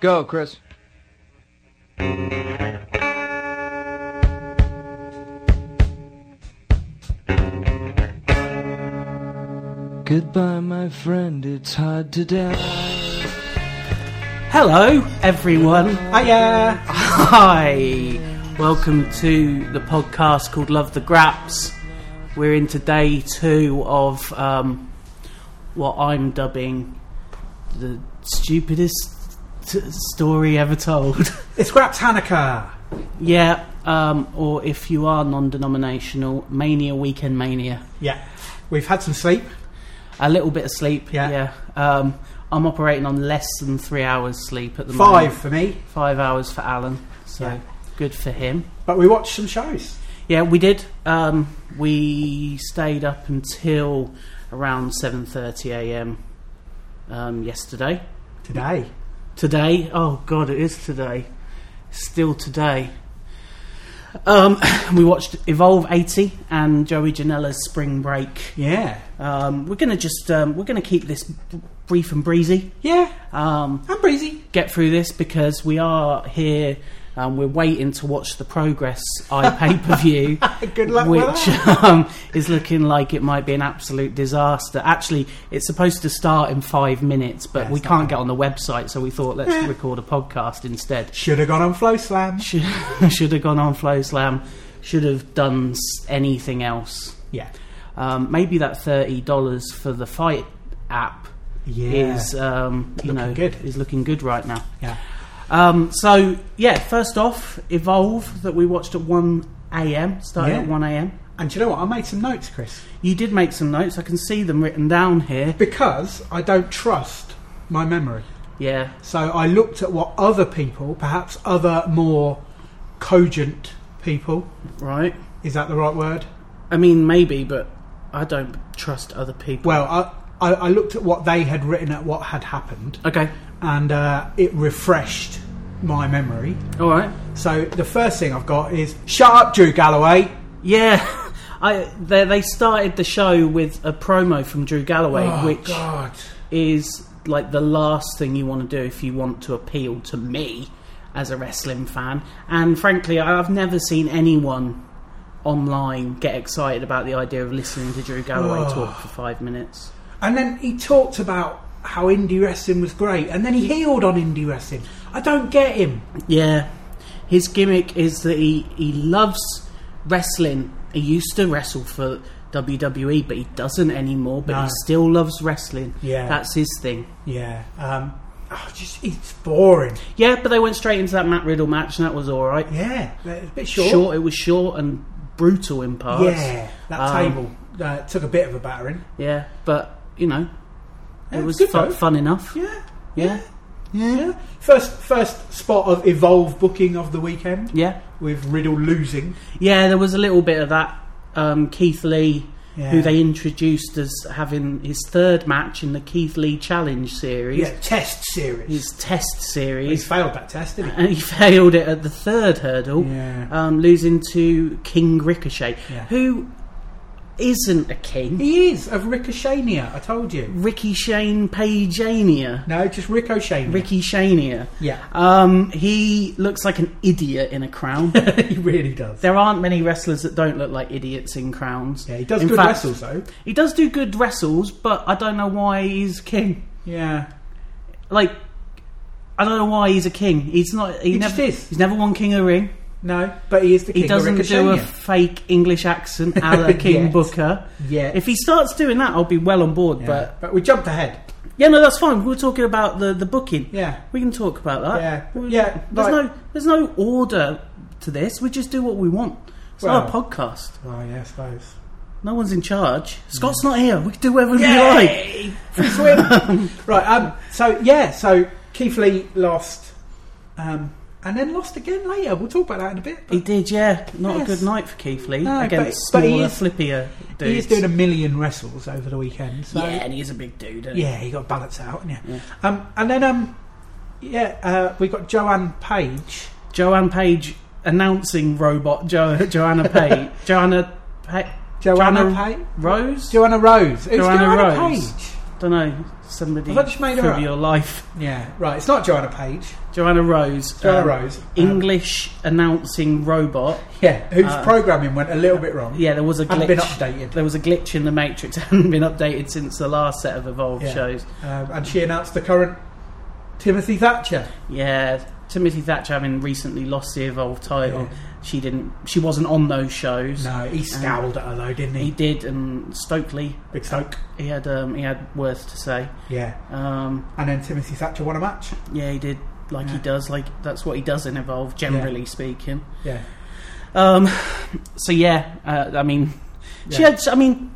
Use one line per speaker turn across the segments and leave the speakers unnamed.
Go, Chris. Goodbye, my friend, it's hard to die.
Hello, everyone. Hiya. Hi. Welcome to the podcast called Love the Graps. We're into day two of um, what I'm dubbing the stupidest t- story ever told.
It's Graps Hanukkah.
yeah, um, or if you are non denominational, Mania Weekend Mania.
Yeah, we've had some sleep.
A little bit of sleep,
Yeah.
yeah. Um, I'm operating on less than three hours sleep at the moment.
Five for me,
Five hours for Alan, so
Yeah.
good for him.
but we watched some shows.
Yeah, we did. Um, we stayed up until around seven thirty a.m. Um, yesterday.
Today,
Today, oh god, it is today. Still today. Um, we watched Evolve eighty and Joey Janela's Spring Break.
yeah,
Um, we're gonna just um, we're gonna keep this b- brief and breezy.
yeah,
Um,
and breezy.
get through this because we are here. Um, we're waiting to watch the Progress I pay per view,
Good luck with
which um, is looking like it might be an absolute disaster. Actually, it's supposed to start in five minutes, but
Yeah,
we
it's not
can't
bad. Eh.
get on the website, so we thought let's record a podcast instead.
Should have gone on Flow Slam.
Should, should have gone on Flow Slam. Should have done s- anything else.
Yeah,
Um, maybe that thirty dollars for the fight app
yeah,
is um, you
Looking
know
good.
is looking good right now.
yeah.
Um, so yeah, first off, Evolve that we watched at one a.m. started
Yeah.
at one a.m.
And do you know what? I made some notes, Chris,
You did make some notes. I can see them written down here.
because I don't trust my memory.
Yeah,
So I looked at what other people, perhaps other more cogent people,
right.
is that the right word?
I mean, maybe, but I don't trust other people.
Well, I, I, I looked at what they had written at what had happened,
okay,
and uh, it refreshed my memory.
all right.
So the first thing I've got is shut up, Drew Galloway.
Yeah, I they, they started the show with a promo from Drew Galloway, which
Oh, God,
is like the last thing you want to do if you want to appeal to me as a wrestling fan. And frankly, I've never seen anyone online get excited about the idea of listening to Drew Galloway talk for five minutes.
and then he talked about how indie wrestling was great, and then he healed on indie wrestling. I don't get him.
Yeah, his gimmick is that he, he loves wrestling. He used to wrestle for WWE, but he doesn't anymore. But he
No.
still loves wrestling.
Yeah.
that's his thing.
Yeah, um, oh, just it's boring.
Yeah, but they went straight into that Matt Riddle match, and that was all right.
Yeah, it's a bit short.
short. It was short and brutal in parts.
Yeah, that
Um,
table uh, took a bit of a battering.
Yeah, but you know,
Yeah,
it was
good
fu-
though.
fun enough.
Yeah,
Yeah,
yeah. First, first spot of evolve booking of the weekend
yeah,
with Riddle losing.
yeah. There was a little bit of that. Um, Keith Lee,
Yeah.
who they introduced as having his third match in the Keith Lee Challenge series,
Yeah, test series.
his test
He's
series,
failed that test, didn't he?
and he failed it at the third hurdle,
Yeah.
um, losing to King Ricochet,
Yeah.
who isn't a king.
He is of Ricochetania. I told you.
Ricky Shane Pageania.
No, just Ricochetania.
Ricky Shania.
yeah,
Um, he looks like an idiot in a crown.
he really does.
there aren't many wrestlers that don't look like idiots in crowns.
Yeah, he does
in
good
fact,
wrestles though.
He does do good wrestles, but I don't know why he's king.
Yeah,
Like, I don't know why he's a king. He's not. He,
He
never
just is.
He's never won King of the Ring.
no, but he is the king
He doesn't
of
do a
Ricochetania.
fake English accent, a la King
Yes.
Booker.
yeah,
If he starts doing that, I'll be well on board.
yeah.
But
but we jumped ahead.
yeah, no, that's fine. We were talking about the the booking.
Yeah,
We can talk about that.
Yeah,
We-
yeah,
There's
like-
no there's no order to this. We just do what we want. It's not a
Well-
podcast.
oh yeah, I suppose.
No one's in charge. Scott's not here. We can do whatever we like.
Mm. Yay! Free swim. right. Um. So yeah. So Keith Lee lost, um, and then lost again later. We'll talk about that in a bit.
He
But
did, yeah. Not
Yes.
a good night for Keith Lee
No, but-
against
but he
smaller,
is-
flippier dudes.
he is doing a million wrestles over the weekend. So
yeah, and he is a big dude. isn't he?
Yeah, you got to balance it out, yeah.
Yeah.
Um, and then um, yeah, uh, we got Joanne Page.
Joanne Page announcing robot jo- Joanna Page. Joanna pa-
Joanna,
Joanna-
Page.
Rose?
Joanna Rose. It was
Joanna
Joanna,
Rose.
Page.
Don't know. Somebody
Have I just made her
from
up?
your life.
Yeah, right. It's not Joanna Page.
Joanna Rose.
Joanna
um,
Rose. Um,
English announcing robot.
yeah, whose
uh,
programming went a little bit wrong.
Yeah, there was a
Hadn't been
glitch.
updated.
There was a glitch in the Matrix. It hadn't been updated since the last set of Evolve
Yeah.
shows.
Um, and she announced the current Timothy Thatcher.
Yeah, Timothy Thatcher having recently lost the Evolve title. She didn't. She wasn't on those shows.
No, he scowled at her though, didn't
He
Um, he?
did, and Stokely
Big Stoke.
he had um, he had words to say.
Yeah.
Um,
And then Timothy Thatcher won a match.
yeah, he did like he
Yeah.
does. Like that's what he does in Evolve, generally speaking.
Yeah.
Um, so yeah, uh, I mean, she
Yeah.
had. I mean,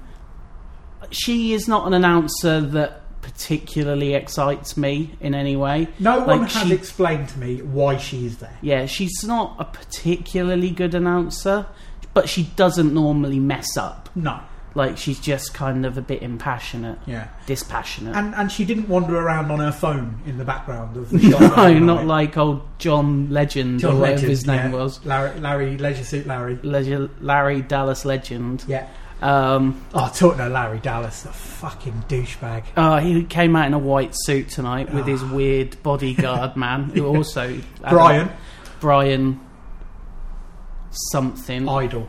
she is not an announcer that particularly excites me in any way.
No one
Like,
has
she-
explained to me why she is there.
Yeah, she's not a particularly good announcer, but she doesn't normally mess up.
No.
Like she's just kind of a bit impassionate,
Yeah.
dispassionate.
And and she didn't wander around on her phone in the background of the
no, not like old John Legend or
John
whatever
Legend,
his name
yeah.
was.
Larry, Larry Leisure Suit Larry.
Leg- Larry Dallas Legend.
Yeah.
Um,
Oh, talking to Larry Dallas, the fucking douchebag.
uh, he came out in a white suit tonight with his
Ah.
weird bodyguard man, who also had a-
Brian
Brian something.
Idol.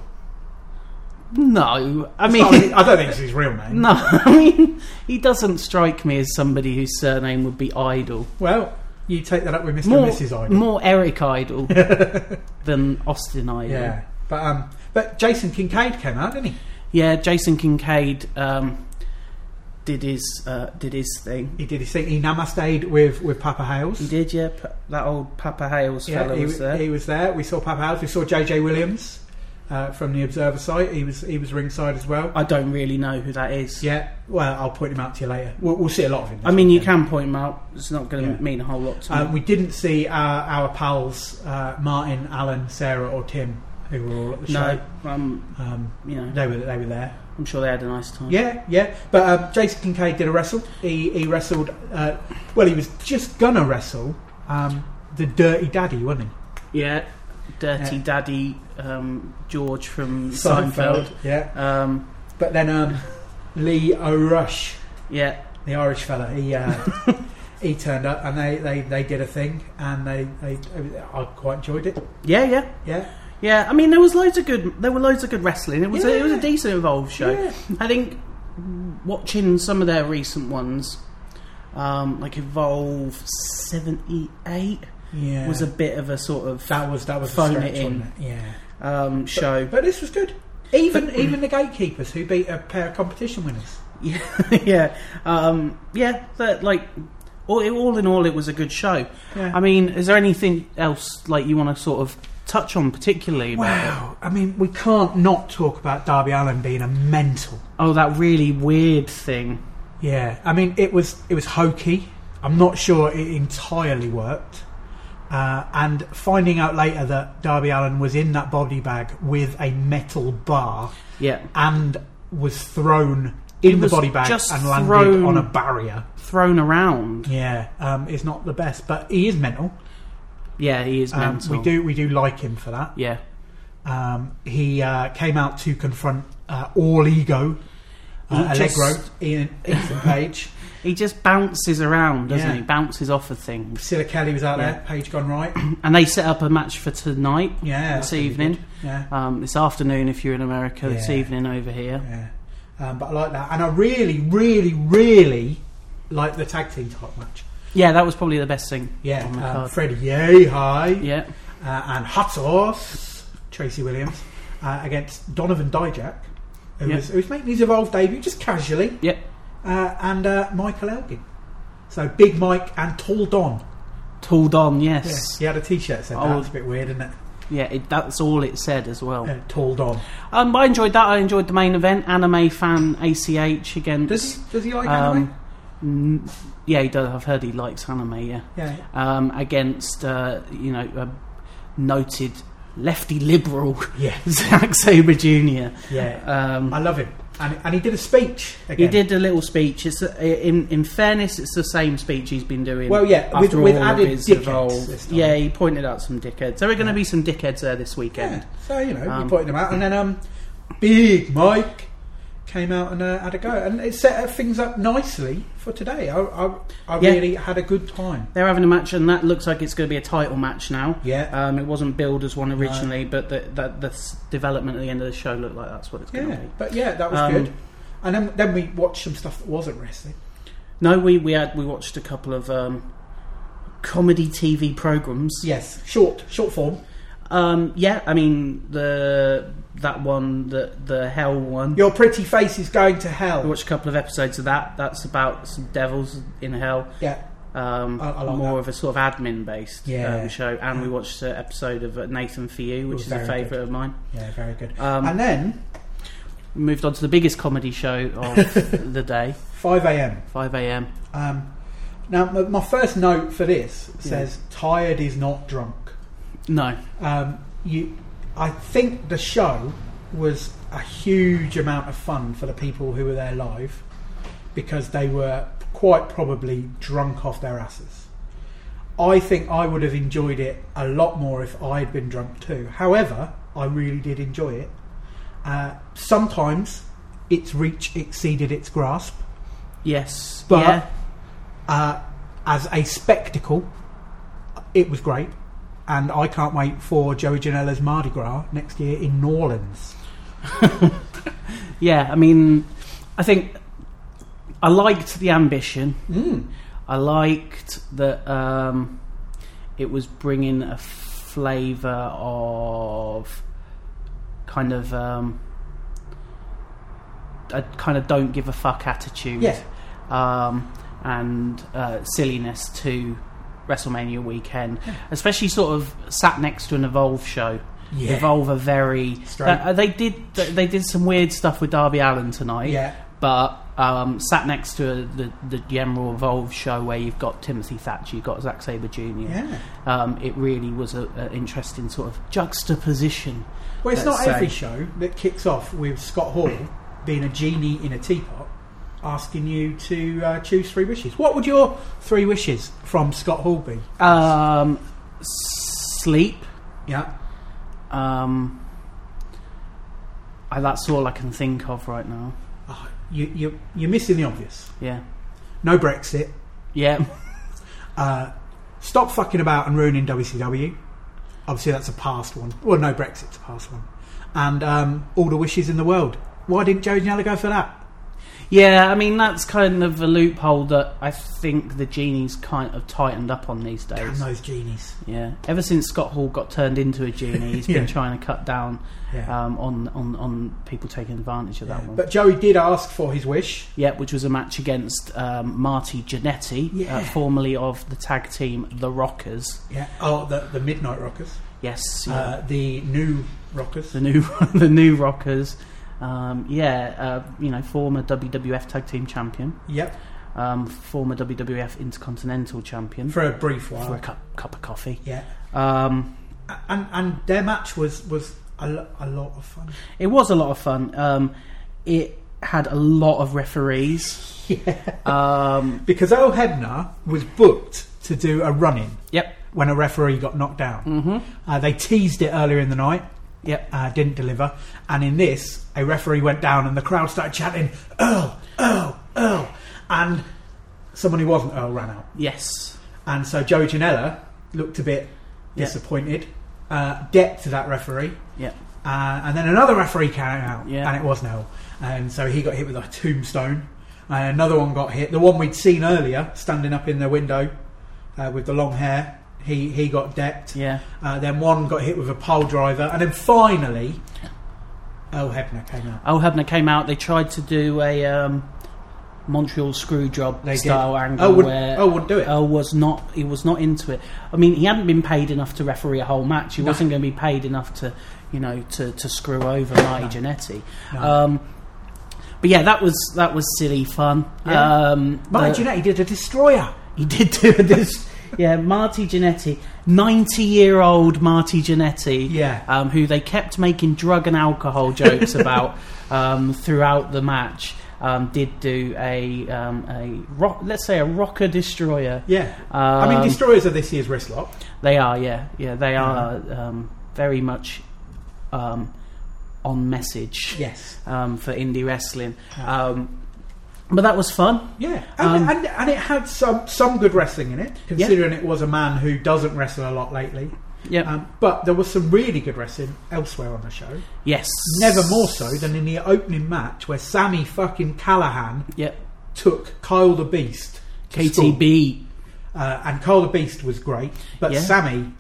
no, I
I,
mean.
I don't think it's his real name.
No, I mean, he doesn't strike me as somebody whose surname would be Idle.
Well, you take that up with Mr.
More,
and Mrs. Idol.
more Eric Idle than Austin Idle.
Yeah. But um, but Jason Kincaid came out, didn't he?
Yeah, Jason Kincaid um, did his uh, did his thing.
He did his thing. He namasteed with with Papa Hales.
He did, yeah. p- That old Papa Hales
Yeah,
fellow
he
was there.
he was there. We saw Papa Hales. We saw JJ Williams uh, from the Observer site. He was he was ringside as well.
I don't really know who that is.
Yeah, well, I'll point him out to you later. We'll, we'll see a lot of him. this
I mean, you
weekend.
can point him out. It's not going to
Yeah.
mean a whole lot to me.
Uh, we didn't see our, our pals uh, Martin, Alan, Sarah, or Tim, who were all at the
no, um,
show. Um,
you know,
they were they were there.
I'm sure they had a nice time.
Yeah, yeah. But um, Jason Kincaid did a wrestle. He he wrestled. Uh, well, he was just gonna wrestle um, the Dirty Daddy, wasn't
Yeah, Dirty
Yeah.
Daddy um, George from
he?
Seinfeld.
Yeah.
Um,
But then um, Lee O'Rush.
yeah,
the Irish fella, he uh, he turned up and they, they, they did a thing and they, they I quite enjoyed it.
yeah, yeah,
Yeah,
yeah. I mean, there was loads of good. There were loads of good wrestling. It was a, it was a
Yeah.
decent involved show.
Yeah.
I think watching some of their recent ones, um, like Evolve seventy eight,
yeah.
was a bit of a sort of
that was that was
Phone
a stretch,
it in.
wasn't it? Yeah,
um, show.
but this was good. Even even the gatekeepers who beat a pair of competition winners.
yeah, yeah, um, yeah. That like. All, all in all, it was a good show.
Yeah.
I mean, is there anything else like you want to sort of touch on particularly? about it?
Wow, I mean, we can't not talk about Darby Allen being a mental.
Oh, that really weird thing.
Yeah, I mean, it was it was hokey. I'm not sure it entirely worked. Uh, and finding out later that Darby Allen was in that body bag with a metal bar
Yeah.
and was thrown in the
was
body bag
just
and landed
thrown-
on a barrier.
thrown around.
Yeah, um, it's not the best, but he is mental.
Yeah, he is
Um,
mental.
we do we do like him for that.
Yeah,
Um, he uh, came out to confront uh, all ego. Uh,
He just-
Allegro, Ian, Ethan Page,
he just bounces around, doesn't
Yeah.
he? Bounces off of things.
Priscilla Kelly was out
Yeah.
there. Page gone right.
And they set up a match for tonight,
Yeah,
this
that's really
evening,
good. Yeah,
um, this afternoon if you're in America, this
Yeah.
evening over here.
yeah. Um, but I like that, and I really, really, really like the tag team type match.
Yeah, that was probably the best thing.
Yeah,
on the
um,
card.
Freddie Yehai
yeah,
uh, and Hot Sauce Tracy Williams uh, against Donovan Dijak, who
Yeah.
was who's making his evolved debut just casually,
yeah,
uh, and uh, Michael Elgin. So Big Mike and Tall Don.
Tall Don,
Yeah,
yes,
he had a T-shirt that said
Oh.
that. It's a bit weird, isn't it?
yeah. it, that's all it said as well.
Uh, Tall Don.
Um, I enjoyed that. I enjoyed the main event. Anime fan ACH against.
Does he, does he like
um,
anime?
n- yeah, he does. I've heard he likes anime. Yeah.
Yeah.
um, against uh, you know a noted lefty liberal
Yeah.
Zack Sabre Jr.
Yeah. I
Um,
love him, and and he did a speech.
he
Again.
did a little speech. It's uh, in in fairness, it's the same speech he's been doing.
Well, yeah,
after
with- with
all
added
of his
dickheads
evolve.
this time.
Yeah, he pointed out some dickheads. There are going to be some dickheads there this
Yeah,
weekend.
so you know,
Um,
you pointed him out, and then um, Big Mike came out and uh, had a go, and it set things up nicely for today. I, I, I
Yeah.
really had a good time.
They're having a match, and that looks like it's going to be a title match now.
Yeah,
Um, it wasn't billed as one originally, but the, the, the s- development at the end of the show looked like that's what it's going
yeah,
to be.
but yeah, that was
Um,
good. And then then we watched some stuff that wasn't wrestling.
No, we, we had we watched a couple of um, comedy TV programs.
Yes, short short form.
Um, yeah, I mean the that one, the the hell one.
Your pretty face is going to
I
hell.
watched a couple of episodes of that. That's about some devils in hell.
Yeah,
Um,
I- I like
more of
that.
a sort of admin based
Yeah.
um, show. And we watched an episode of uh, Nathan for You, which
was
is a
very
favourite
good.
of mine.
yeah, very good.
Um,
and then
we moved on to the biggest comedy show of the day,
five a.m.
5 a.m.
Um, now my, my first note for this
Yeah.
says tired is not drunk.
No,
um, you, I think the show was a huge amount of fun for the people who were there live because they were quite probably drunk off their asses. I think I would have enjoyed it a lot more if I had been drunk too. However, I really did enjoy it. Uh, sometimes its reach exceeded its grasp,
yes,
But-
yeah,
uh, as a spectacle, it was great. And I can't wait for Joey Janela's Mardi Gras next year in New Orleans.
yeah. I mean, I think I liked the ambition.
Hmm.
I liked that um, it was bringing a flavour of kind of um, a kind of don't give a fuck attitude,
Yeah.
um, and uh, silliness to WrestleMania weekend, especially sort of sat next to an Evolve show.
Yeah.
Evolve are very.
Straight.
Uh, they did. They did some weird stuff with Darby Allen tonight
Yeah.
but um, sat next to the, the general Evolve show where you've got Timothy Thatcher, you've got Zack Sabre Jr.
Yeah.
Um, it really was an interesting sort of juxtaposition.
Well, it's
Let's
not every
say.
show that kicks off with Scott Hall being a genie in a teapot asking you to uh, choose three wishes. What would your three wishes from Scott Hall be?
Um, sleep.
Yeah.
Um, I, that's all I can think of right now.
Oh, you, you, you're missing the obvious.
Yeah.
No Brexit.
Yeah.
Uh, stop fucking about and ruining WCW. Obviously, that's a past one. Well, no, Brexit's a past one. And um, all the wishes in the world. Why didn't Joe Janela go for that?
Yeah, I mean, that's kind of a loophole that I think the genie's kind of tightened up on these days.
And those genies.
Yeah. Ever since Scott Hall got turned into a genie, he's
Yeah.
been trying to cut down
Yeah.
um, on, on on people taking advantage of that one.
But Joey did ask for his wish.
yeah, which was a match against um, Marty Jannetty,
Yeah.
uh, formerly of the tag team The Rockers.
Yeah. Oh, the, the Midnight Rockers.
Yes, yeah.
Uh, the new Rockers.
the new the new Rockers. Um, yeah, uh, you know, former WWF tag team champion,
Yep.
um, former WWF Intercontinental champion
For a brief while.
for a cup, cup of coffee.
yeah.
Um,
A- And and their match was was a, lo- a lot of fun.
It was a lot of fun. Um, it had a lot of referees. Um,
Because Earl Hebner was booked to do a run in
yep.
when a referee got knocked down.
hmm
Uh, they teased it earlier in the night.
Yep.
uh, didn't deliver. And in this, a referee went down and the crowd started chanting, Earl, Earl, Earl. And someone who wasn't Earl ran out.
Yes.
And so Joey Janela looked a bit
Yeah.
disappointed, uh, decked that referee.
Yep.
Uh, and then another referee came out
Yeah.
and it wasn't Earl. And so he got hit with a tombstone. And another one got hit. The one we'd seen earlier, standing up in the window uh, with the long hair, he, he got decked.
Yeah.
Uh, then one got hit with a pole driver, and then finally, Earl Hebner came out.
Al Hebner Oh, came out. They tried to do a um, Montreal screw job
They did. Oh,
style angle uh,
Earl wouldn't,
where
Earl wouldn't do it.
Earl was not. He was not into it. I mean, he hadn't been paid enough to referee a whole match. He
No.
wasn't going to be paid enough to, you know, to, to screw over Marty Jannetty.
No.
Um, but yeah, that was that was silly fun.
Yeah.
Um,
Mind
the-
you, know, he did a destroyer.
He did do this. Yeah, Marty Jannetty, 90 year old Marty Jannetty,
Yeah.
um, who they kept making drug and alcohol jokes about um, throughout the match, um, did do a, um, a rock, let's say, a rocker destroyer.
Yeah.
Um,
I mean, destroyers are this year's wrist lock.
They are, yeah. Yeah, they are um, very much um, on message
Yes.
um, for indie wrestling.
Yeah.
Um, but that was fun.
Yeah, and,
Um,
and, and it had some some good wrestling in it, considering it was a man who doesn't wrestle a lot lately.
Yeah.
Um, but there was some really good wrestling elsewhere on the show.
yes.
Never more so than in the opening match where Sammy fucking Callahan
Yep.
took Kyle the Beast. to school.
KTB.
Uh, and Kyle the Beast was great, but
Yeah.
Sammy,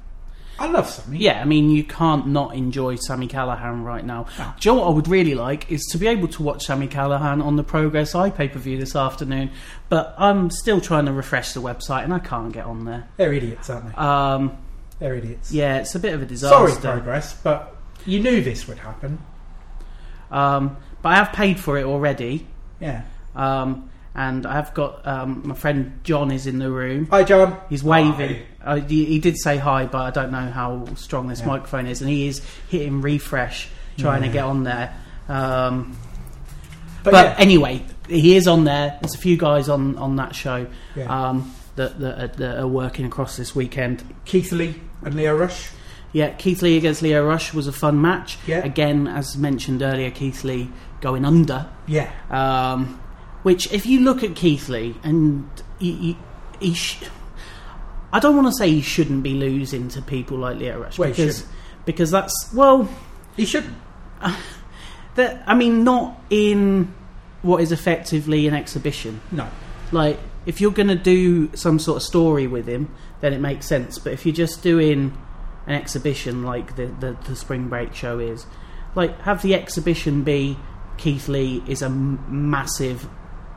I love Sammy.
Yeah, I mean, you can't not enjoy Sammy Callahan right now. Do you know what I would really like is to be able to watch Sammy Callahan on the Progress Eye pay per view this afternoon, but I'm still trying to refresh the website and I can't get on there.
They're idiots, aren't they?
Um,
They're idiots.
yeah, it's a bit of a
Sorry,
disaster.
Progress, but you knew this would happen.
Um, but I have paid for it already,
Yeah.
um, and I have got um, my friend John is in the room.
Hi, John.
He's waving. Uh, he, he did say hi, but I don't know how strong this
Yeah.
microphone is, and he is hitting refresh trying to
Yeah.
get on there. Um,
But,
but
yeah,
anyway, he is on there. There's a few guys on on that show
Yeah.
um, that that are, that are working across this weekend.
Keith Lee and Leo Rush.
Yeah, Keith Lee against Leo Rush was a fun match.
Yeah.
Again, as mentioned earlier, Keith Lee going under.
Yeah.
Um, which, if you look at Keith Lee, and he, he, he sh- I don't want to say he shouldn't be losing to people like Leo Rush
Well, he
because
shouldn't.
because that's well,
He shouldn't.
that I mean, not in what is effectively an exhibition.
No.
Like, if you're going to do some sort of story with him, then it makes sense. But if you're just doing an exhibition like the the, the Spring Break show is, like, have the exhibition be Keith Lee is a m- massive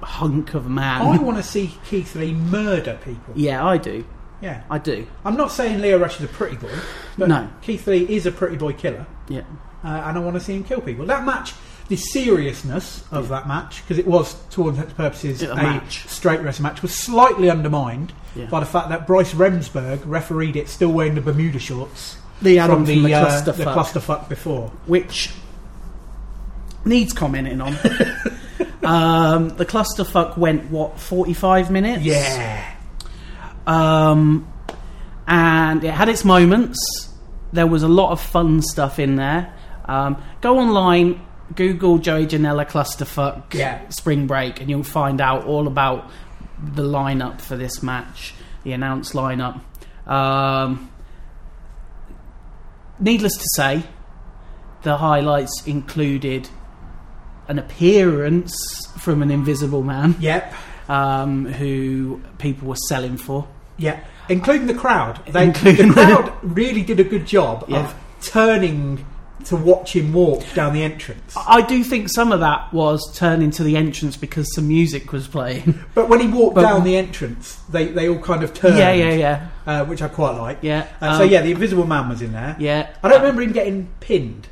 hunk of a man.
I want to see Keith Lee murder people.
Um, yeah, I do.
Yeah.
I do.
I'm not saying Leo Rush is a pretty boy, but
No.
Keith Lee is a pretty boy killer,
Yeah.
uh, and I want to see him kill people. That match, the seriousness of that match, because it was, to all intents and purposes,
Yeah, a
a,
match.
straight wrestling match, was slightly undermined
Yeah.
by the fact that Bryce Remsburg refereed it still wearing the Bermuda shorts
The
from the, uh,
clusterfuck,
the clusterfuck before.
which needs commenting on. um, the clusterfuck went what forty five minutes.
Yeah.
um, and it had its moments. There was a lot of fun stuff in there. Um, go online, Google Joey Janela clusterfuck
Yeah.
spring break, and you'll find out all about the lineup for this match, the announced lineup. Um, needless to say, the highlights included an appearance from an invisible man
Yep.
um, who people were selling for.
Yeah, including the crowd. They,
Including-
the crowd really did a good job
Yeah.
of turning to watch him walk down the entrance.
I do think some of that was turning to the entrance because some music was playing.
But when he walked
But-
down the entrance, they, they all kind of turned.
yeah, yeah, yeah,
Uh, which I quite like.
yeah.
Uh, so
um,
yeah, the Invisible Man was in there.
yeah. Uh,
I don't remember him getting pinned.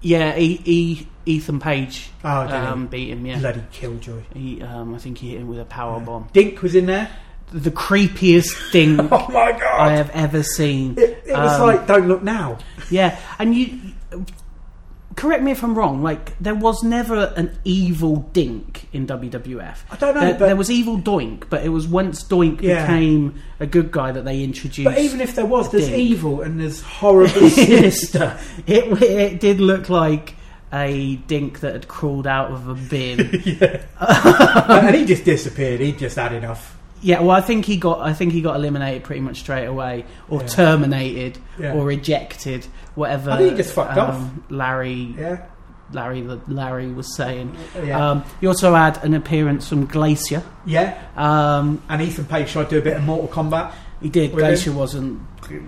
Yeah, e- e- Ethan Page
Oh, did he?
um, beat him. Yeah,
bloody killjoy!
he, um, I think he hit him with a power bomb.
Dink was in there.
The creepiest thing
Oh my
I
god!
have ever seen.
it it was
Um,
like don't look now.
yeah, and you. Correct me if I'm wrong. Like there was never an evil dink in WWF.
I don't know,
There,
but-
there was evil Doink, but it was once Doink
Yeah.
became a good guy that they introduced.
But even if there was, there's
Dink.
evil and there's horrible, sinister.
It it did look like a dink that had crawled out of a bin.
and he just disappeared. He just had enough.
yeah, well, I think he got I think he got eliminated pretty much straight away, or
Yeah.
terminated,
Yeah.
or ejected, whatever.
I think he just fucked
off. Larry,
Yeah,
Larry, the Larry was saying.
yeah,
Um, you also had an appearance from Glacier.
yeah.
Um,
And Ethan Page tried to do a bit of Mortal Kombat.
he did.
With him?
Glacier wasn't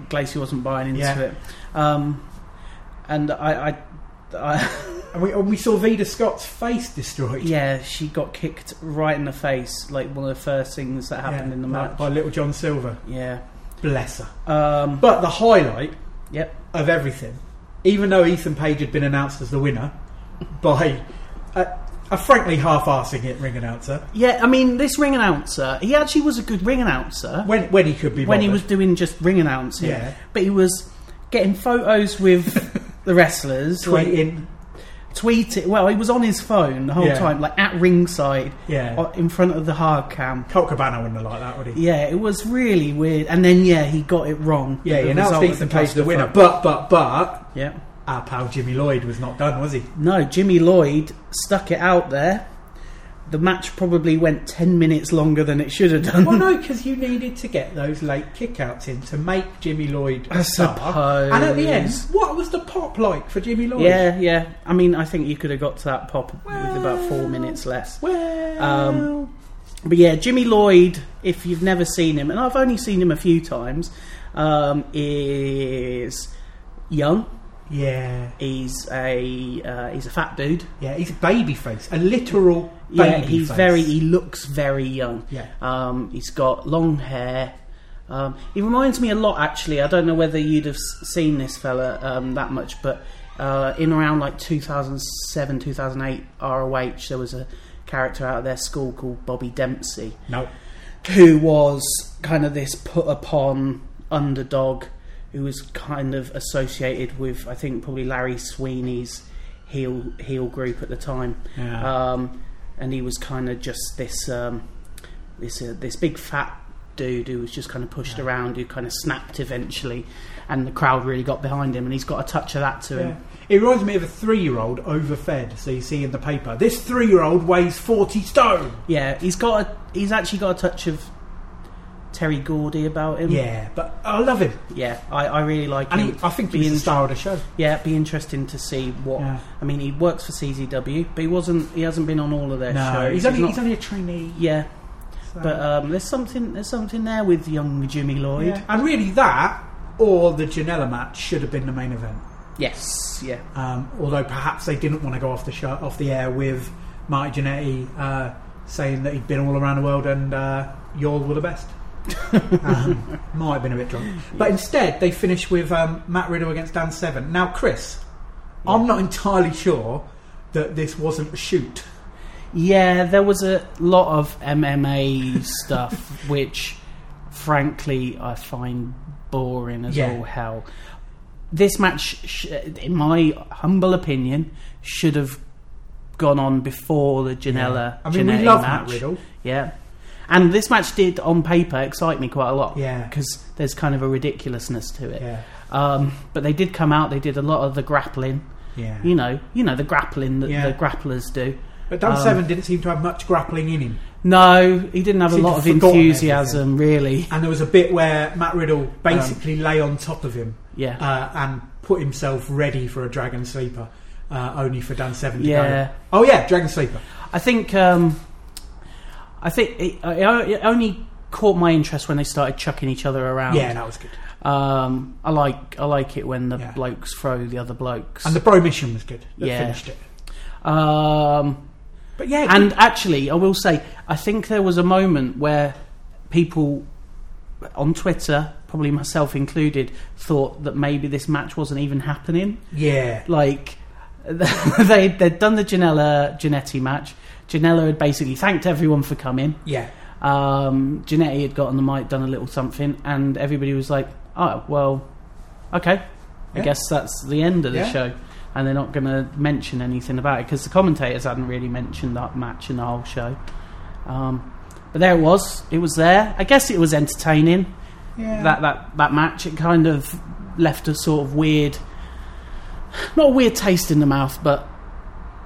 Glacier wasn't buying into
Yeah.
it. Um, and I, I, I
And we, and we saw Vida Scott's face destroyed.
Yeah, she got kicked right in the face, like one of the first things that happened
Yeah,
in the
by-
match.
By Little John Silver.
yeah.
Bless her.
Um,
But the highlight
yep.
of everything, even though Ethan Page had been announced as the winner by a, a frankly half arsing it ring announcer,
Yeah, I mean, this ring announcer, he actually was a good ring announcer when,
when, when he could be
he was
bothered.
doing just ring announcing.
Yeah.
But he was getting photos with the wrestlers, like,
tweeting.
tweeting. Well, he was on his phone the whole
Yeah.
time, like at ringside,
Yeah.
o- in front of the hard cam.
Colt Cabana wouldn't have liked that, would he?
Yeah, it was really weird. And then, yeah, he got it wrong.
Yeah,
The
he announced
result of
Ethan Page the winner.
clusterfuck.
But, but, but,
Yeah.
our pal Jimmy Lloyd was not done, was he?
No, Jimmy Lloyd stuck it out there. The match probably went 10 minutes longer than it should have done.
Well, no, because you needed to get those late kickouts in to make Jimmy Lloyd a
I
star. And at the end,
suppose.
what was the pop like for Jimmy Lloyd?
Yeah, yeah. I mean, I think you could have got to that pop with about
Well.
four minutes less.
Well,
Um, But yeah, Jimmy Lloyd, if you've never seen him, and I've only seen him a few times, um, is young.
yeah,
He's a uh, he's a fat dude.
yeah, he's a baby face, a literal baby
Yeah, he's
face.
very. e- He looks very young.
Yeah.
Um, he's got long hair. Um, he reminds me a lot, actually. I don't know whether you'd have s- seen this fella um, that much, but uh, in around like 2007, 2008, ROH, there was a character out of their school called Bobby Dempsey,
No,
who was kind of this put upon underdog who was kind of associated with, I think, probably Larry Sweeney's heel heel group at the time
yeah.
um, and he was kind of just this um, this uh, this big fat dude who was just kind of pushed around, who kind of snapped eventually, and the crowd really got behind him, and he's got a touch of that to
Yeah.
him.
It reminds me of a three-year-old overfed. So you see in the paper, this three-year-old weighs forty stone.
Yeah, he's got a, he's actually got a touch of Terry Gordy about him.
Yeah, but I love him,
yeah, I, I really like
and
him.
he, I think
Be
he's the
in-
star of the show.
yeah, it'd be interesting to see what.
Yeah.
I mean, he works for CZW, but he wasn't. He hasn't been on all of their
No,
shows.
he's only
not-
he's only a trainee.
yeah,
so-
but um, there's something there's something there with young Jimmy Lloyd.
Yeah. And really, that or the Janela match should have been the main event.
Yes, yeah.
Um, although perhaps they didn't want to go off the show, off the air with Marty Jannetty uh, saying that he'd been all around the world and uh, y'all were the best. um, might have been a bit drunk, but instead they finish with um, Matt Riddle against Dan Seven. Now, Chris, I'm not entirely sure that this wasn't a shoot.
Yeah, there was a lot of MMA stuff, which frankly I find boring as
Yeah.
all hell. This match, sh- in my humble opinion, should have gone on before the Janela.
I mean, we
Jannetty
love
match.
Matt Riddle.
Yeah. And this match did, on paper, excite me quite a lot.
Yeah.
Because there's kind of a ridiculousness to it.
Yeah,
Um, but they did come out, they did a lot of the grappling.
yeah.
You know, you know the grappling that
Yeah.
the grapplers do.
but Dan
um,
Seven didn't seem to have much grappling in him.
No, he didn't have a
Seemed
lot
to
of
have forgotten
enthusiasm, really.
And there was a bit where Matt Riddle
Um,
basically lay on top of him
Yeah,
uh, and put himself ready for a Dragon Sleeper, uh, only for Dan Seven to
yeah.
go. Oh yeah, Dragon Sleeper.
I think um, I think it, uh, it it only caught my interest when they started chucking each other around.
Yeah, that was good.
Um, I like I like it when the
Yeah.
blokes throw the other blokes.
And the Bro Mission was good. That
Yeah.
finished it.
um,
But yeah,
and actually, I will say, I think there was a moment where people on Twitter, probably myself included, thought that maybe this match wasn't even happening.
yeah,
like they they'd done the Janella Janetti match. Janella had basically thanked everyone for coming.
yeah,
Um, Janetti had got on the mic, done a little something, and everybody was like, "Oh well, okay, I
Yeah.
guess that's the end of the
Yeah.
show." And they're not going to mention anything about it because the commentators hadn't really mentioned that match in the whole show. Um, but there it was. It was there. I guess it was entertaining
yeah.
that, that that match. It kind of left a sort of weird, not a weird taste in the mouth, but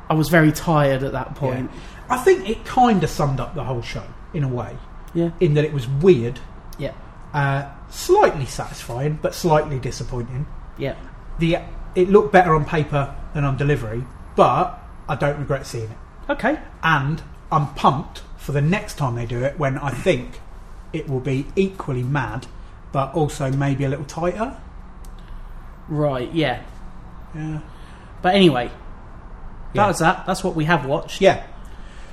I was very tired at that
Yeah.
point.
I think it kind of summed up the whole show in a way,
Yeah,
in that it was weird,
yeah,
uh, slightly satisfying, but slightly disappointing.
yeah,
The it looked better on paper than on delivery, but I don't regret seeing it.
okay,
and I'm pumped for the next time they do it when I think it will be equally mad, but also maybe a little tighter.
right, yeah.
Yeah.
But anyway, that
Yeah.
was that. That's what we have watched.
Yeah.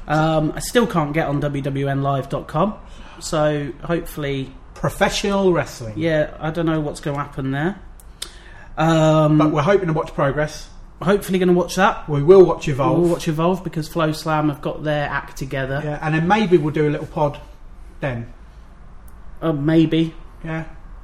Um, I still can't get on WWNlive.com, so hopefully,
Professional wrestling.
yeah, I don't know what's going to happen there. Um,
But we're hoping to watch progress.
hopefully, going to watch that.
We will watch Evolve.
We'll watch Evolve because Flow Slam have got their act together.
yeah, and then maybe we'll do a little pod then.
Uh, maybe
Yeah.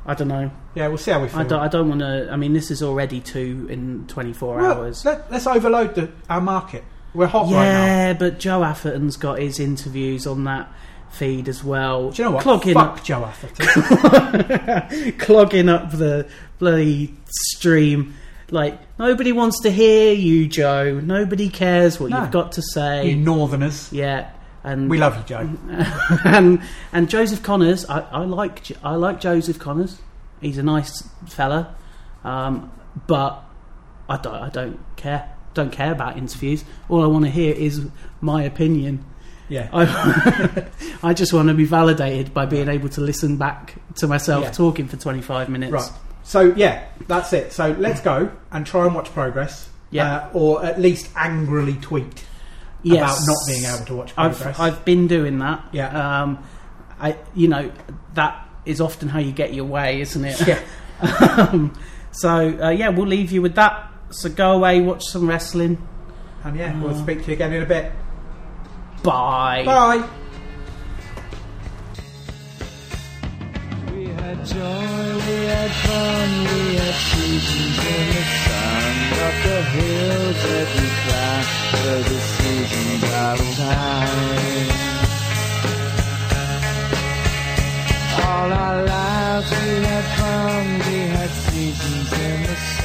I don't know.
Yeah, we'll see how we feel.
I don't, I don't want to. I mean, this is already two in 24
Well,
hours.
Let, us overload the, our market. We're hot right now.
yeah, but Joe Atherton's got his interviews on that feed as well.
Do you know what?
Clogging,
Fuck Joe Atherton.
Up, clogging up the bloody stream. Like nobody wants to hear you, Joe. Nobody cares what
No.
you've got to say.
You Northerners,
Yeah, and
we love you, Joe.
Mm-hmm. and and Joseph Connors, I, I like Jo- I like Joseph Connors. He's a nice fella, um, but I don't I don't care don't care about interviews. All I want to hear is my opinion.
Yeah,
I I just want to be validated by being able to listen back to myself
Yeah.
talking for twenty five minutes.
Right. So yeah, that's it. So let's go and try and watch progress.
Yeah.
Uh, or at least angrily tweet
Yes.
about not being able to watch progress.
I've I've been doing that.
Yeah.
Um, I you know that is often how you get your way, isn't it?
yeah.
um, so uh, yeah, we'll leave you with that. So go away, watch some wrestling.
And yeah,
Mm.
we'll speak to you again in a bit.
Bye.
Bye.
We had joy, we had fun, we had seasons in the sun. Up the hills that we climbed, were the seasons out of time. All our lives we had fun, we had seasons in the sun.